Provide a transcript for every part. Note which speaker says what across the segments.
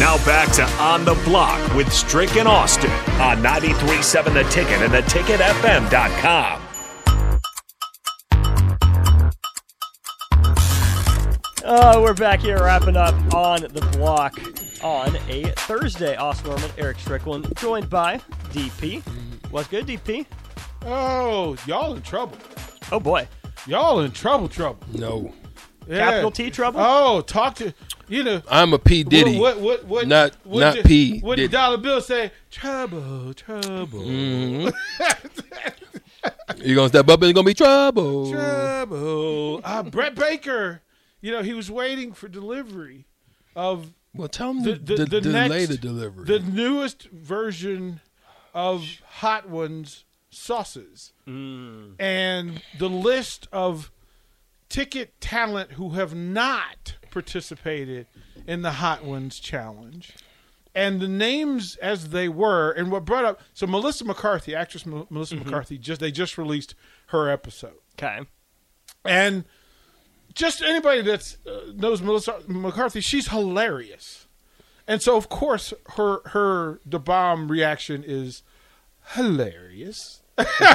Speaker 1: Now back to On the Block with Strick and Austin on 937 The Ticket and theticketfm.com.
Speaker 2: Oh, we're back here wrapping up on the block on a Thursday. Austin Norman, Eric Strickland, joined by DP. What's good, DP?
Speaker 3: Oh, y'all in trouble.
Speaker 2: Oh boy,
Speaker 3: Y'all in trouble, trouble.
Speaker 4: No.
Speaker 3: Yeah.
Speaker 2: capital T trouble.
Speaker 3: Oh, talk to you know.
Speaker 4: I'm a P. Diddy.
Speaker 3: What what what?
Speaker 4: Not-
Speaker 3: what
Speaker 4: not
Speaker 3: the-
Speaker 4: P.
Speaker 3: What the
Speaker 4: Diddy.
Speaker 3: dollar bill say? Trouble, trouble,
Speaker 4: You're going to step up and it's going to be trouble.
Speaker 3: trouble. Uh, Brett Baker. You know he was waiting for delivery of
Speaker 4: Well, tell them
Speaker 3: the the,
Speaker 4: to
Speaker 3: the
Speaker 4: delay
Speaker 3: next
Speaker 4: the delivery.
Speaker 3: the newest version of Hot Ones sauces, and the list of ticket talent who have not participated in the Hot Ones challenge, and the names as they were, and what brought up. So Melissa McCarthy, actress Mel- Melissa McCarthy, just they just released her episode.
Speaker 2: Okay,
Speaker 3: And just anybody that uh, knows Melissa McCarthy, she's hilarious. And so, of course, her her the bomb reaction is hilarious,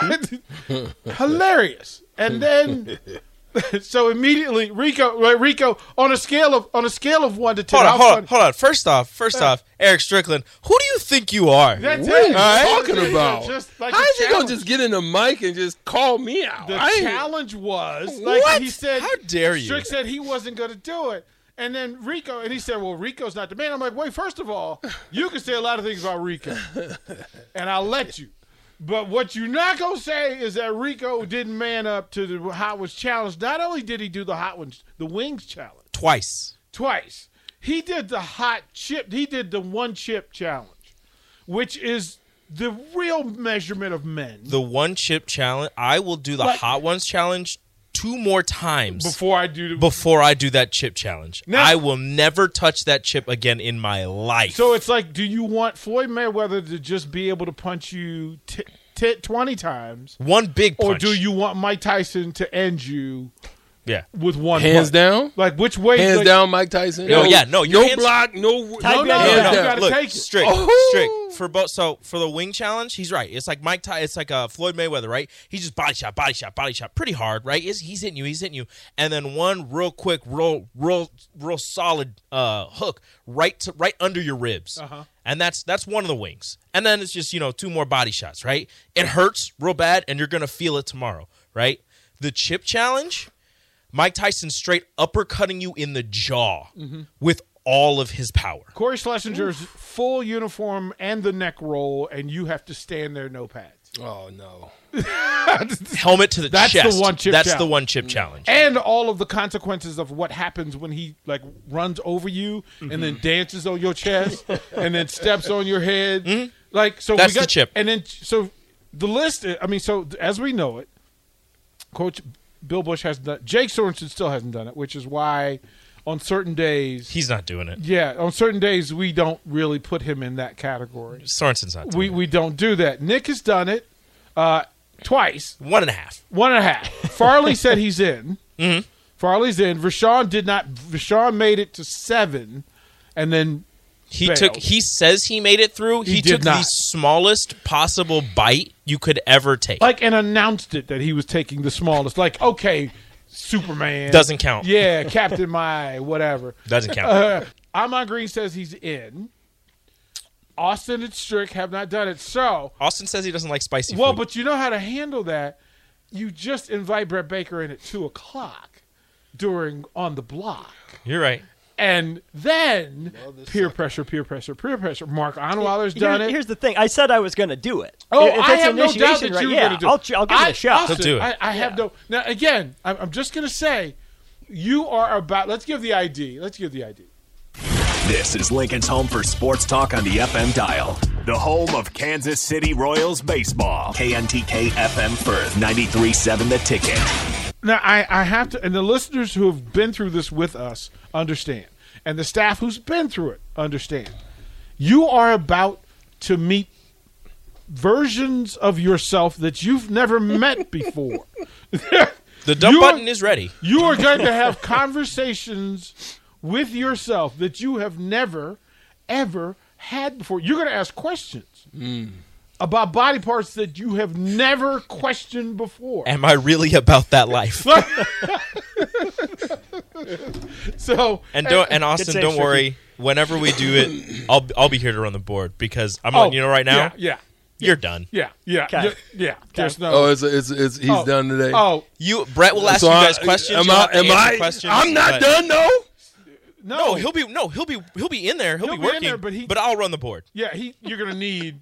Speaker 3: hilarious. And then, so immediately, Rico uh, Rico on a scale of on a scale of one to ten.
Speaker 5: Hold on,
Speaker 3: how
Speaker 5: hold on,
Speaker 3: funny-
Speaker 5: hold on. First off, first off, Eric Strickland, who do you think you are?
Speaker 3: That's
Speaker 4: what are you
Speaker 3: it. All right?
Speaker 4: talking about?
Speaker 3: Just like
Speaker 4: How
Speaker 3: the
Speaker 4: is he going
Speaker 3: challenge.
Speaker 4: to just get in the mic and just call me out?
Speaker 3: The
Speaker 4: I ain't-
Speaker 3: challenge was like
Speaker 5: What?
Speaker 3: he said.
Speaker 5: How dare you.
Speaker 3: Strick said he wasn't going to do it, and then Rico and he said, "Well, Rico's not the man." I'm like, "Wait, first of all, you can say a lot of things about Rico, and I'll let you." But what you're not gonna say is that Rico didn't man up to the hot ones challenge. Not only did he do the hot ones, the wings challenge
Speaker 5: Twice.
Speaker 3: twice. He did the hot chip. He did the one chip challenge, which is the real measurement of men.
Speaker 5: The one chip challenge. I will do the
Speaker 3: But-
Speaker 5: hot ones challenge two more times
Speaker 3: before I do the
Speaker 5: before I do that chip challenge.
Speaker 3: Now-
Speaker 5: I will never touch that chip again in my life.
Speaker 3: So it's like, do you want Floyd Mayweather to just be able to punch you t- t- 20 times?
Speaker 5: one big punch.
Speaker 3: Or do you want Mike Tyson to end you
Speaker 5: Yeah.
Speaker 3: with one
Speaker 4: Hands
Speaker 3: punch?
Speaker 4: down?
Speaker 3: Like, which way?
Speaker 4: Hands
Speaker 3: like,
Speaker 4: down, Mike Tyson.
Speaker 5: No, yeah, no, your
Speaker 4: No
Speaker 5: hands-
Speaker 4: block, no.
Speaker 3: No,
Speaker 2: Type
Speaker 3: no,
Speaker 2: it
Speaker 3: you
Speaker 4: Hands
Speaker 2: in.
Speaker 3: gotta
Speaker 4: down.
Speaker 5: Look,
Speaker 3: take it.
Speaker 5: strict,
Speaker 4: Oh.
Speaker 5: strict for both. So for the wing challenge, he's right. It's like Mike Ty. It's like uh, Floyd Mayweather, right? He's just body shot, body shot, body shot, pretty hard, right? He's, he's hitting you, he's hitting you, and then one real quick, real, real, real solid uh, hook right to right under your ribs, uh-huh. and that's that's one of the wings. And then it's just you know two more body shots, right? It hurts real bad, and you're gonna feel it tomorrow, right? The chip challenge. Mike Tyson straight uppercutting you in the jaw
Speaker 3: Mm-hmm.
Speaker 5: with all of his power.
Speaker 3: Corey Schlesinger's full uniform and the neck roll, and you have to stand there, no pads.
Speaker 4: Oh, no.
Speaker 5: helmet to the
Speaker 3: That's the
Speaker 5: chest.
Speaker 3: one chip
Speaker 5: That's the
Speaker 3: challenge.
Speaker 5: one chip challenge.
Speaker 3: And all of the consequences of what happens when he like runs over you and
Speaker 5: Mm-hmm.
Speaker 3: then dances on your chest and then steps on your head. Like so,
Speaker 5: Mm-hmm. That's
Speaker 3: we got
Speaker 5: the chip.
Speaker 3: And then so the list. I mean, so as we know it, Coach Bill Bush hasn't done. Jake Sorensen still hasn't done it, which is why on certain days,
Speaker 5: He's not doing it.
Speaker 3: yeah, on certain days we don't really put him in that category.
Speaker 5: Sorensen's not doing
Speaker 3: We we don't do that. Nick has done it uh, twice.
Speaker 5: it. One and a half.
Speaker 3: One and a half. Farley said he's in.
Speaker 5: Mm-hmm.
Speaker 3: Farley's in. Rashawn did not. Rashawn made it to seven, and then
Speaker 5: He
Speaker 3: Failed.
Speaker 5: took. He says he made it through. He,
Speaker 3: He did
Speaker 5: took the
Speaker 3: not.
Speaker 5: smallest possible bite you could ever take.
Speaker 3: like and announced it that he was taking the smallest. Like okay, Superman
Speaker 5: Doesn't count.
Speaker 3: Yeah, Captain My whatever.
Speaker 5: Doesn't count.
Speaker 3: Amon Green says he's in. Austin and Strick have not done it. So
Speaker 5: Austin says he doesn't like spicy
Speaker 3: well,
Speaker 5: food.
Speaker 3: but you know how to handle that. You just invite Brett Baker in at two o'clock during on the block.
Speaker 5: You're right.
Speaker 3: And then peer pressure, peer pressure, peer pressure. Mark Onweiler's
Speaker 2: Here-
Speaker 3: done it.
Speaker 2: Here's the thing. I said I was gonna do it.
Speaker 3: oh,
Speaker 2: If it's
Speaker 3: I have
Speaker 2: an
Speaker 3: no doubt
Speaker 2: initiation
Speaker 3: that
Speaker 2: right,
Speaker 3: you were
Speaker 2: yeah,
Speaker 3: going to do
Speaker 2: I'll, ch- I'll give
Speaker 3: I-
Speaker 2: it a shot.
Speaker 3: Austin,
Speaker 5: He'll do it.
Speaker 3: I, I have no. Now, again, I'm, I'm just going to say you are about. Let's give the ID. Let's give the ID.
Speaker 1: This is Lincoln's home for sports talk on the FM dial. The home of Kansas City Royals baseball. KNTK FM Firth, 93.7 The Ticket.
Speaker 3: Now I, I have to, and the listeners who have been through this with us understand, and the staff who's been through it understand. You are about to meet versions of yourself that you've never met before.
Speaker 5: The dumb
Speaker 3: You are-
Speaker 5: button is ready.
Speaker 3: you are going to have conversations with yourself that you have never, ever had before. You're going to ask questions
Speaker 5: Hmm.
Speaker 3: about body parts that you have never questioned before.
Speaker 5: Am I really about that life?
Speaker 3: So
Speaker 5: And don't and
Speaker 2: Good
Speaker 5: Austin,
Speaker 2: save,
Speaker 5: don't
Speaker 2: Stricky.
Speaker 5: worry. Whenever we do it, I'll I'll be here to run the board because I'm letting you know right now.
Speaker 3: yeah, oh, yeah,
Speaker 5: You're done.
Speaker 3: yeah, yeah,
Speaker 2: Okay.
Speaker 3: yeah, yeah. There's no.
Speaker 4: Oh, it's, it's, it's he's
Speaker 3: Oh.
Speaker 4: done today.
Speaker 3: Oh
Speaker 5: You Brett will ask
Speaker 4: So
Speaker 5: you
Speaker 4: I-
Speaker 5: guys questions.
Speaker 4: Am
Speaker 5: You'll
Speaker 4: I?
Speaker 5: have to
Speaker 4: Am
Speaker 5: answer
Speaker 4: I?
Speaker 5: questions,
Speaker 4: I'm not
Speaker 5: but-
Speaker 4: done though.
Speaker 3: no,
Speaker 5: No, Oh, he'll be no, he'll be he'll be in there. He'll,
Speaker 3: He'll
Speaker 5: be
Speaker 3: be in
Speaker 5: working,
Speaker 3: there, but he-
Speaker 5: I'll run the board.
Speaker 3: yeah. He, you're gonna need.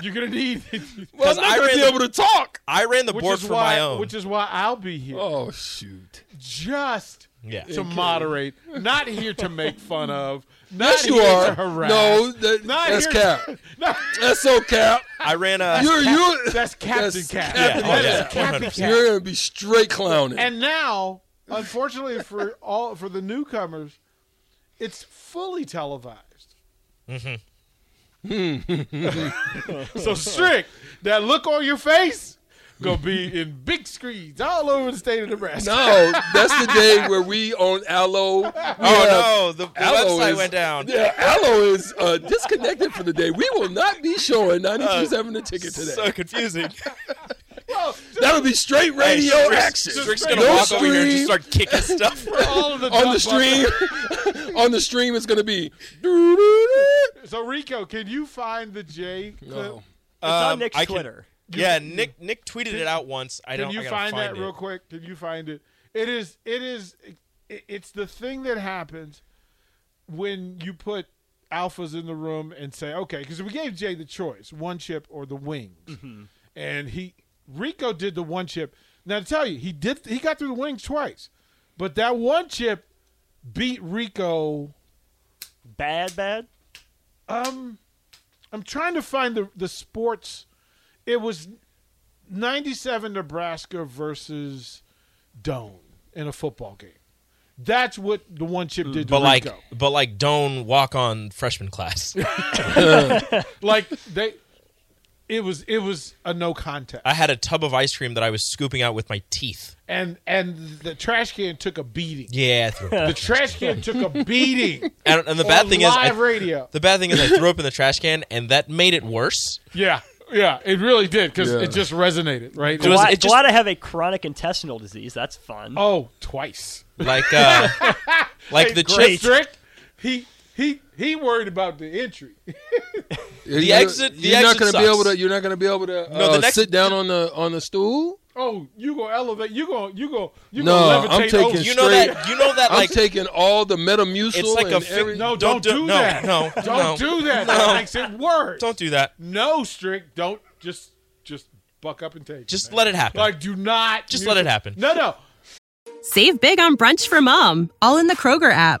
Speaker 3: You're gonna need.
Speaker 4: Well, I'm
Speaker 5: 'Cause
Speaker 4: not
Speaker 5: I
Speaker 4: gonna
Speaker 5: ran
Speaker 4: be
Speaker 5: the-
Speaker 4: able to talk.
Speaker 5: I ran the
Speaker 3: which
Speaker 5: board
Speaker 3: is
Speaker 5: for
Speaker 3: why,
Speaker 5: my own.
Speaker 3: which is why I'll be here.
Speaker 4: Oh shoot!
Speaker 3: Just
Speaker 5: yeah.
Speaker 3: to moderate, not here to make fun of. Not
Speaker 4: Yes, you
Speaker 3: here
Speaker 4: are.
Speaker 3: To harass.
Speaker 4: No, that,
Speaker 3: Not
Speaker 4: that's
Speaker 3: here-
Speaker 4: cap. That's so cap.
Speaker 5: I ran uh, a
Speaker 4: You're you.
Speaker 3: That's Captain
Speaker 4: That's
Speaker 3: Cap.
Speaker 4: Captain
Speaker 5: Yeah, oh,
Speaker 3: That is
Speaker 5: yeah,
Speaker 3: Captain
Speaker 5: 100%.
Speaker 3: Cap.
Speaker 4: You're gonna be straight clowning.
Speaker 3: And now, unfortunately for all for the newcomers, it's fully televised.
Speaker 4: Mm-hmm.
Speaker 3: so strict that look on your face gonna be in big screens all over the state of Nebraska.
Speaker 4: no, that's the day where we on Allo. we have-
Speaker 5: Oh no, the, the
Speaker 4: Allo
Speaker 5: website
Speaker 4: is-
Speaker 5: went down.
Speaker 4: Yeah, Allo is uh, disconnected for the day. We will not be showing 93.7 the ticket today.
Speaker 5: Uh, So confusing.
Speaker 4: That'll be straight radio action.
Speaker 5: Rick's gonna
Speaker 4: No
Speaker 5: walk over here and
Speaker 4: stream.
Speaker 5: just start kicking stuff.
Speaker 3: All of the
Speaker 4: on the
Speaker 3: dumb buttons.
Speaker 4: stream, on the stream, it's gonna be. It's
Speaker 3: So Rico, can you find the J clip?
Speaker 4: No.
Speaker 2: It's on
Speaker 5: Um,
Speaker 2: Nick's
Speaker 5: I can-
Speaker 2: Twitter.
Speaker 5: yeah, Nick Nick tweeted it out once. I
Speaker 3: Can
Speaker 5: don't.
Speaker 3: you
Speaker 5: I gotta
Speaker 3: find, that
Speaker 5: it.
Speaker 3: real quick? Can you find it? It is. It is. It, it's the thing that happens when you put alphas in the room and say, okay, because we gave Jay the choice, one chip or the wings,
Speaker 5: Mm-hmm.
Speaker 3: and he Rico did the one chip. Now to tell you, he did. He got through the wings twice, but that one chip beat Rico.
Speaker 2: Bad, bad.
Speaker 3: I'm trying to find the the sports. It was 97 Nebraska versus Doan in a football game. That's what the one chip did to
Speaker 5: But like,
Speaker 3: Rico.
Speaker 5: but like, don't walk on freshman class.
Speaker 3: like they it was it was a no contest.
Speaker 5: I had a tub of ice cream that I was scooping out with my teeth.
Speaker 3: And and the trash can took a beating.
Speaker 5: Yeah, I threw it.
Speaker 3: The trash can took a beating.
Speaker 5: and, and the bad
Speaker 3: on
Speaker 5: thing is,
Speaker 3: live
Speaker 5: I-
Speaker 3: radio.
Speaker 5: the bad thing is, I threw up in the trash can, and that made it worse.
Speaker 3: Yeah. Yeah, it really did cuz
Speaker 4: Yeah.
Speaker 3: it just resonated, right?
Speaker 5: It was-
Speaker 2: glad,
Speaker 5: it just-
Speaker 2: glad I have a chronic intestinal disease. That's fun.
Speaker 3: oh, twice.
Speaker 5: Like, uh, like the
Speaker 3: Chris
Speaker 5: chip,
Speaker 3: Strick, he he he worried about the entry.
Speaker 4: The
Speaker 5: exit- the
Speaker 4: You're not
Speaker 5: exit
Speaker 4: gonna be
Speaker 5: sucks.
Speaker 4: able to. You're not gonna be able to.
Speaker 5: No, the
Speaker 4: uh,
Speaker 5: next-
Speaker 4: sit down on the on the stool.
Speaker 3: Oh, you gonna elevate? You gonna you gonna you
Speaker 4: No,
Speaker 3: gonna levitate?
Speaker 4: I'm taking
Speaker 3: over-
Speaker 5: you know that, you know that,
Speaker 4: I'm
Speaker 5: like,
Speaker 4: taking all the Metamucil
Speaker 5: It's like a
Speaker 4: and
Speaker 5: fi-
Speaker 4: every,
Speaker 3: no, don't,
Speaker 5: don't
Speaker 3: do
Speaker 5: do- no,
Speaker 3: that.
Speaker 5: no,
Speaker 3: don't
Speaker 5: no.
Speaker 3: do that. That makes it worse.
Speaker 5: don't do that.
Speaker 3: No, strict. Don't just just buck up and take. it,
Speaker 5: Just
Speaker 3: man.
Speaker 5: let it happen.
Speaker 3: Like, do not.
Speaker 5: Just let it happen.
Speaker 3: No, no.
Speaker 6: Save big on brunch for mom, all in the Kroger app.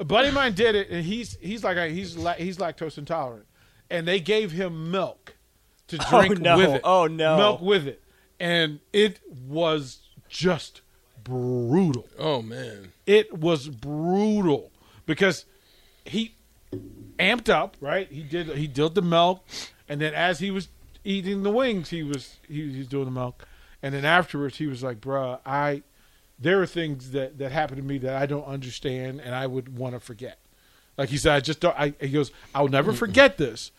Speaker 3: a buddy of mine did it, and he's he's like he's la- he's lactose intolerant, and they gave him milk to drink
Speaker 2: no.
Speaker 3: with it.
Speaker 2: Oh, no.
Speaker 3: milk with it, and it was just brutal.
Speaker 4: oh man,
Speaker 3: it was brutal because he amped up right he did he did the milk and then as he was eating the wings he was he, he was doing the milk and then afterwards he was like bruh i there are things that that happened to me that i don't understand and i would want to forget like he said i just don't I, he goes i'll never forget this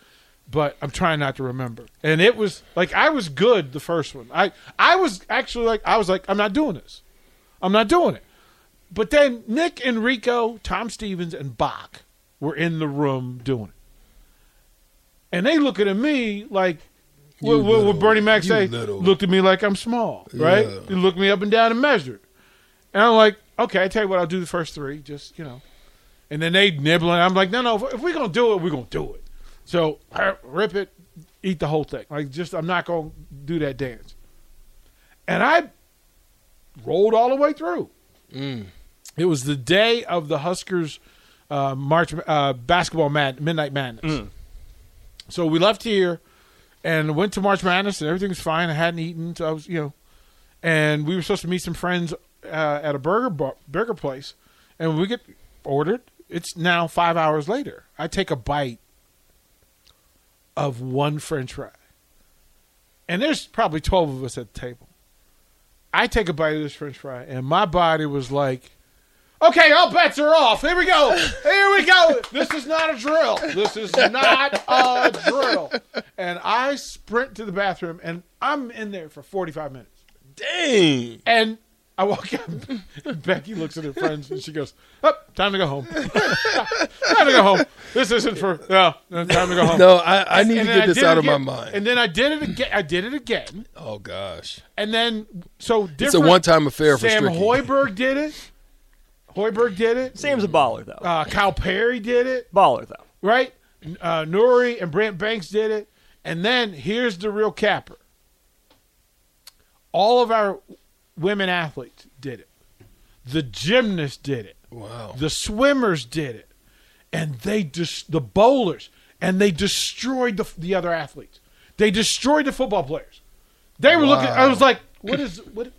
Speaker 3: but i'm trying not to remember and it was like i was good the first one i i was actually like i was like i'm not doing this i'm not doing it but then Nick, Enrico, Tom Stevens, and Bach were in the room doing it. and they looking at me like what, what,
Speaker 4: little,
Speaker 3: what Bernie Mac
Speaker 4: you
Speaker 3: say?
Speaker 4: little.
Speaker 3: Looked at me like I'm small, right?
Speaker 4: Yeah.
Speaker 3: He looked me up and down and measured, and I'm like, okay, I tell you what, I'll do the first three, just you know, and then they nibbling. I'm like, no, no, if, if we're gonna do it, we're gonna do it. So I rip it, eat the whole thing. Like just, I'm not gonna do that dance, and I rolled all the way through. It was the day of the Huskers uh, March uh, basketball mad- midnight madness. So we left here and went to March Madness, and everything was fine. I hadn't eaten, so I was, you know, and we were supposed to meet some friends uh, at a burger bar- burger place, and we get ordered. It's now five hours later. I take a bite of one French fry, and there's probably twelve of us at the table. I take a bite of this French fry, and my body was like. Okay, all bets are off. Here we go. Here we go. This is not a drill. This is not a drill. And I sprint to the bathroom, and I'm in there for 45 minutes.
Speaker 4: Dang.
Speaker 3: And I walk out. Becky looks at her friends, and she goes, "Up, time to go home. time to go home. This isn't for no. no, Time to go home."
Speaker 4: No, I, I
Speaker 3: And
Speaker 4: need to
Speaker 3: then
Speaker 4: get
Speaker 3: I
Speaker 4: this
Speaker 3: did it
Speaker 4: out of my
Speaker 3: again.
Speaker 4: mind.
Speaker 3: And then I did it again. I did it again.
Speaker 4: oh gosh.
Speaker 3: And then so different.
Speaker 4: It's a one-time affair for
Speaker 3: Sam
Speaker 4: Stricky.
Speaker 3: Hoiberg did it. Hoiberg did it.
Speaker 2: Sam's a baller though.
Speaker 3: Uh, Kyle Perry did it,
Speaker 2: baller though.
Speaker 3: right? Uh, Nuri and Brant Banks did it. And then here's the real capper. All of our women athletes did it. The gymnasts did it.
Speaker 4: Wow.
Speaker 3: The swimmers did it. And they just, the bowlers, and they destroyed the, the other athletes. They destroyed the football players. They were looking, I was like, what is, what,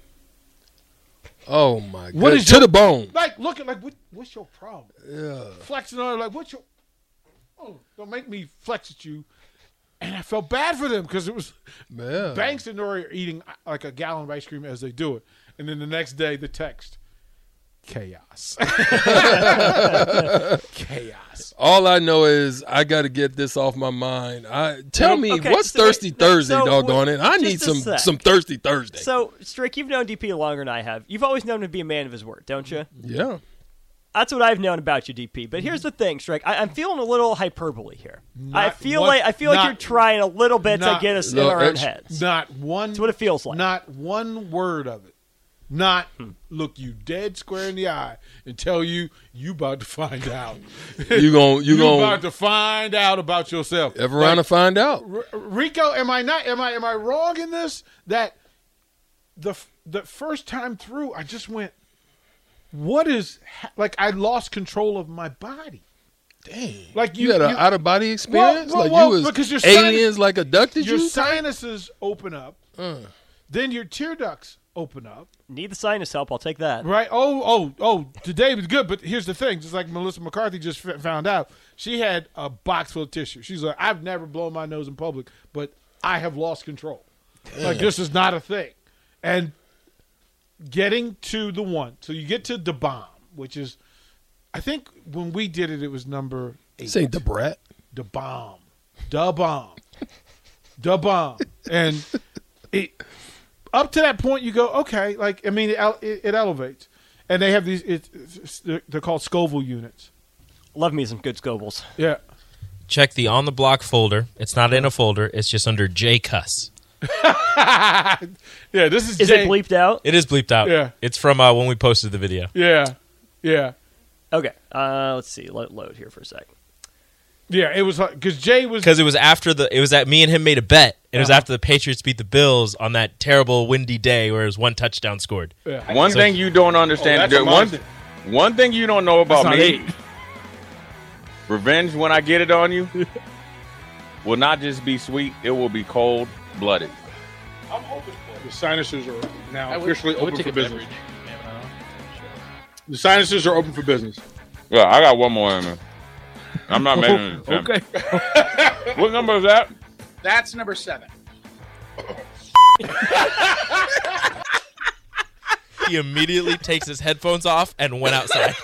Speaker 4: Oh my god.
Speaker 3: What is
Speaker 4: to
Speaker 3: your-
Speaker 4: the bone?
Speaker 3: like looking like what, what's your problem? Yeah. Flexing on her like what's your Oh, don't make me flex at you. And I felt bad for them because it was
Speaker 4: Yeah.
Speaker 3: Banks and Nori are eating uh, like a gallon of ice cream as they do it. And then the next day the text chaos. chaos.
Speaker 4: All I know is I got to get this off my mind. I tell me
Speaker 2: Okay,
Speaker 4: what's
Speaker 2: so wait,
Speaker 4: Thirsty
Speaker 2: so
Speaker 4: Thursday,
Speaker 2: wait,
Speaker 4: doggone it. I
Speaker 2: just
Speaker 4: need
Speaker 2: a
Speaker 4: some
Speaker 2: sec.
Speaker 4: some Thirsty Thursday.
Speaker 2: So, Strick, you've known DP longer than I have. You've always known him to be a man of his word, don't you?
Speaker 4: yeah.
Speaker 2: That's what I've known about you, DP. But here's the thing, Strick. I, I'm feeling a little hyperbole here. I
Speaker 3: Not
Speaker 2: feel
Speaker 3: one-
Speaker 2: like I feel like
Speaker 3: not-
Speaker 2: you're trying a little bit
Speaker 3: not-
Speaker 2: to get us
Speaker 4: No,
Speaker 2: in our own
Speaker 4: it's-
Speaker 2: heads.
Speaker 3: Not one That's
Speaker 2: what it feels like. Hmm.
Speaker 3: Not one word of it. Not look you dead square in the eye and tell you you about to find out.
Speaker 4: You gon'
Speaker 3: you
Speaker 4: you
Speaker 3: about
Speaker 4: gon'
Speaker 3: to find out about yourself.
Speaker 4: ever around to find out.
Speaker 3: R- Rico, am I not? Am I am I wrong in this? That the f- the first time through, I just went, "What is ha-? like?" I lost control of my body. Dang! Like
Speaker 4: You,
Speaker 3: you,
Speaker 4: had an
Speaker 3: you-
Speaker 4: out of body experience,
Speaker 3: well,
Speaker 4: like
Speaker 3: well,
Speaker 4: you
Speaker 3: because
Speaker 4: was
Speaker 3: your sinus-
Speaker 4: aliens, like abducted
Speaker 3: your
Speaker 4: you. Uh.
Speaker 3: sinuses open up, then your tear ducts open up.
Speaker 2: Need the sinus help? I'll take that.
Speaker 3: Right? Oh, oh, oh! Today was good, but here's the thing: just like Melissa McCarthy just f- found out, she had a box full of tissue. She's like, "I've never blown my nose in public, but I have lost control. Like this is not a thing." And getting to the one, so you get to the bomb, which is, I think when we did it, it was number eight.
Speaker 4: Say the brat.
Speaker 3: the bomb, the bomb, the bomb, and it up to that point you go okay, like I mean it, ele- it, it elevates, and they have these it, it's- they're, they're called Scoville units.
Speaker 2: Love me some good Scobles.
Speaker 3: Yeah,
Speaker 5: Check the on the block folder. It's not in a folder. It's just under J cuss.
Speaker 3: yeah. This is
Speaker 2: Is
Speaker 3: Jay-
Speaker 2: it bleeped out?
Speaker 5: It is bleeped out.
Speaker 3: Yeah.
Speaker 5: It's from uh, when we posted the video.
Speaker 3: Yeah, yeah,
Speaker 2: Okay. Uh, let's see. Let it load here for a second.
Speaker 3: yeah. It was like because Jay was
Speaker 5: because it was after the it was that me and him made a bet. and It was after the Patriots beat the Bills on that terrible windy day where it was one touchdown scored.
Speaker 7: One thing you don't understand,
Speaker 3: Oh, that's a
Speaker 7: one,
Speaker 3: monster.
Speaker 7: one thing you don't know about
Speaker 3: That's not
Speaker 7: me,
Speaker 3: eight.
Speaker 7: revenge when I get it on you will not just be sweet, it will be cold blooded.
Speaker 3: the sinuses are now officially open for business. The sinuses are open for business.
Speaker 7: Yeah, I got one more in me. I'm not making it. Okay. what number is that?
Speaker 8: That's number seven.
Speaker 5: He immediately takes his headphones off and went outside.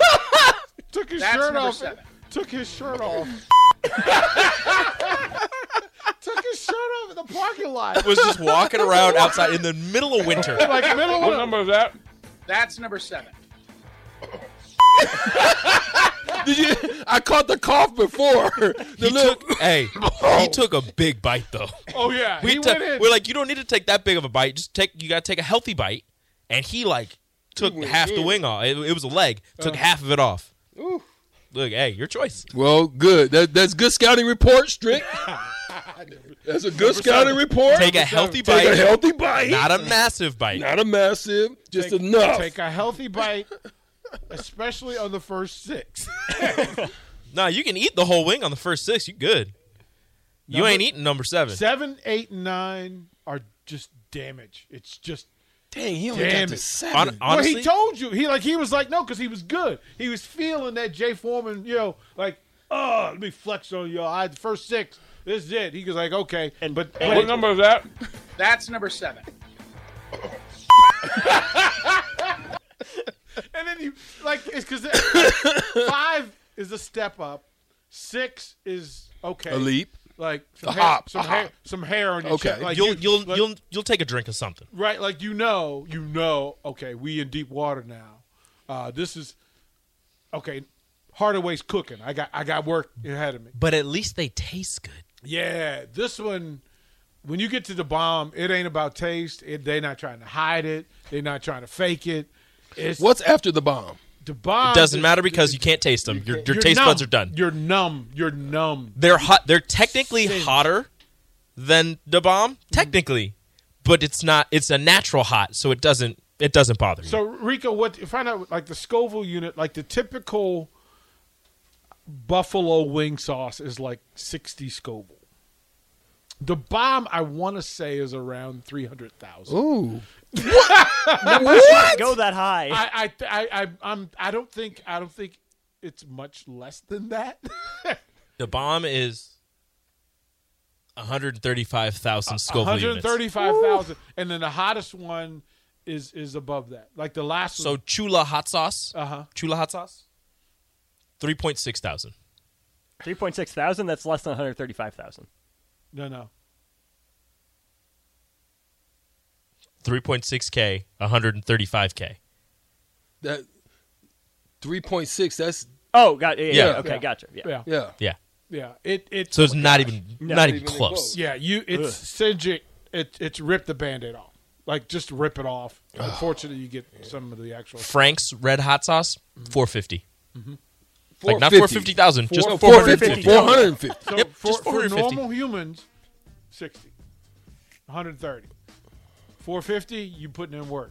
Speaker 3: Took his
Speaker 8: That's
Speaker 3: shirt
Speaker 8: number
Speaker 3: off.
Speaker 8: seven.
Speaker 3: Took his shirt off. took his shirt off in the parking lot.
Speaker 5: was just walking around outside in the middle of winter.
Speaker 3: Like middle
Speaker 7: What
Speaker 3: of
Speaker 7: number is that?
Speaker 8: That's number seven.
Speaker 4: Did you? I caught the cough before. The
Speaker 5: He
Speaker 4: little-
Speaker 5: took hey, he took a big bite though.
Speaker 3: Oh yeah,
Speaker 5: We
Speaker 3: he
Speaker 5: took-
Speaker 3: went in.
Speaker 5: we're like, you don't need to take that big of a bite. Just take you gotta take a healthy bite. And he like took half the wing off. It, it was a leg. Took half of it off. Look, hey, your choice.
Speaker 4: well, good. That, that's good scouting report, Strick. That's a good scouting report.
Speaker 5: Take a healthy
Speaker 4: Take a
Speaker 5: bite,
Speaker 4: healthy bite.
Speaker 5: not a massive bite.
Speaker 4: Not a massive, just
Speaker 3: Take-
Speaker 4: enough.
Speaker 3: Take a healthy bite, especially on the first six.
Speaker 5: Nah, you can eat the whole wing on the first six. You good. you
Speaker 3: Number-
Speaker 5: ain't eating number seven.
Speaker 3: Seven, eight, and nine are just damage. It's just
Speaker 4: Dang, he only
Speaker 3: Damn
Speaker 4: got to
Speaker 3: it.
Speaker 4: seven.
Speaker 5: Hon- honestly,
Speaker 3: well, he told you he like he was like no because he was good. He was feeling that Jay Foreman, you know, like oh let me flex on y'all. I had the first six. This is it. He was like okay,
Speaker 2: And-
Speaker 3: but
Speaker 2: and-
Speaker 3: what number is that?
Speaker 8: That's number seven.
Speaker 3: And then you like it's because five is a step up, six is okay,
Speaker 4: a leap.
Speaker 3: like some
Speaker 4: A
Speaker 3: hair,
Speaker 4: hop,
Speaker 3: some
Speaker 4: a
Speaker 3: hair,
Speaker 4: hop.
Speaker 3: some hair on your
Speaker 4: Okay.
Speaker 3: chest. Like
Speaker 5: you'll
Speaker 3: you-
Speaker 5: you'll
Speaker 3: like-
Speaker 5: you'll you'll take a drink of something.
Speaker 3: right like you know you know okay we in deep water now uh this is okay hardaway's cooking i got i got work ahead of me
Speaker 5: But at least they taste good.
Speaker 3: yeah this one when you get to the bomb it ain't about taste it, they not trying to hide it they not trying to fake it it's
Speaker 4: What's after the bomb?
Speaker 3: the bomb
Speaker 5: Doesn't
Speaker 3: is-
Speaker 5: matter because you can't taste them. Your your
Speaker 3: you're
Speaker 5: taste buds are
Speaker 3: numb.
Speaker 5: done.
Speaker 3: you're numb you're numb
Speaker 5: They're hot. They're technically
Speaker 3: Sin.
Speaker 5: hotter than the bomb, technically, but it's not. It's a natural hot, so it doesn't it doesn't bother you.
Speaker 3: so rico what find out like the scoville unit like the typical buffalo wing sauce is like 60 scoville the bomb i want to say is around 300000
Speaker 4: Ooh.
Speaker 2: Go that high.
Speaker 3: I, I i i i'm i don't think i don't think it's much less than that
Speaker 5: The bomb is one hundred thirty-five thousand Scoville units.
Speaker 3: 135000 and then the hottest one is is above that like the last
Speaker 5: So
Speaker 3: one,
Speaker 5: Chula hot sauce.
Speaker 3: uh-huh
Speaker 5: Chula hot sauce. Three point six thousand.
Speaker 2: 3.6 thousand, that's less than 135,000.
Speaker 3: no no
Speaker 5: 3.6k, 135k.
Speaker 4: That 3.6, that's,
Speaker 2: Oh, got yeah, yeah,
Speaker 5: Yeah.
Speaker 2: okay,
Speaker 3: Yeah.
Speaker 2: gotcha. Yeah.
Speaker 3: yeah
Speaker 4: yeah.
Speaker 5: Yeah.
Speaker 3: yeah it it
Speaker 5: So it's not even not, even,
Speaker 4: even
Speaker 5: close.
Speaker 4: close.
Speaker 3: Yeah, you it's Cedric. It, it's rip the band-aid off. Like just rip it off. Unfortunately, you get some of the actual.
Speaker 5: Frank's red hot sauce, 450.
Speaker 4: 450.
Speaker 5: Like not 450,000, just
Speaker 4: No,
Speaker 5: 450.
Speaker 4: 450. 450.
Speaker 3: So
Speaker 5: Yep,
Speaker 3: for,
Speaker 5: just
Speaker 3: for
Speaker 5: 450.
Speaker 3: normal humans, 60, 130, 450. You putting in work.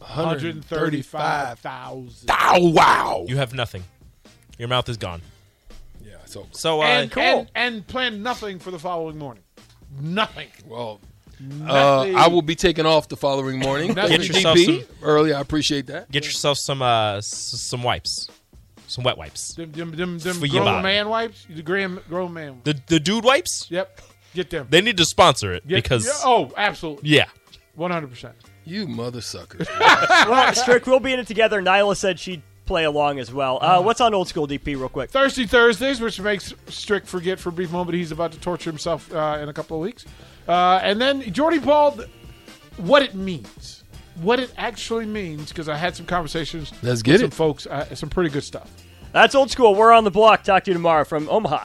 Speaker 3: 135,000.
Speaker 4: Ow, wow.
Speaker 5: You have nothing. Your mouth is gone.
Speaker 4: Yeah, so,
Speaker 5: So uh,
Speaker 3: And, and and plan nothing for the following morning. Nothing.
Speaker 4: well, uh,
Speaker 3: Nothing.
Speaker 4: I will be taking off the following morning.
Speaker 3: Get
Speaker 4: Thank you,
Speaker 5: yourself
Speaker 4: DP.
Speaker 5: some-
Speaker 4: Early, I appreciate that.
Speaker 5: get yourself some uh s- some wipes. Some wet wipes.
Speaker 3: Them them them, them
Speaker 5: For your
Speaker 3: grown
Speaker 5: body.
Speaker 3: man wipes. The grand grown man. Wipes.
Speaker 5: The the dude wipes?
Speaker 3: Yep. Get them.
Speaker 5: They need to sponsor it
Speaker 3: Get-
Speaker 5: because
Speaker 3: yeah, oh, absolutely.
Speaker 5: yeah.
Speaker 3: 100%.
Speaker 4: You mother sucker.
Speaker 2: Well, Strick, we'll be in it together. Nyla said she'd play along as well. Uh, what's on old school DP real quick?
Speaker 3: Thirsty Thursdays, which makes Strick forget for a brief moment he's about to torture himself uh, in a couple of weeks. Uh, and then Jordy Paul, th- what it means, what it actually means, because I had some conversations
Speaker 4: Let's get
Speaker 3: with some
Speaker 4: it.
Speaker 3: folks, uh, some pretty good stuff.
Speaker 2: That's old school. We're on the block. Talk to you tomorrow from Omaha.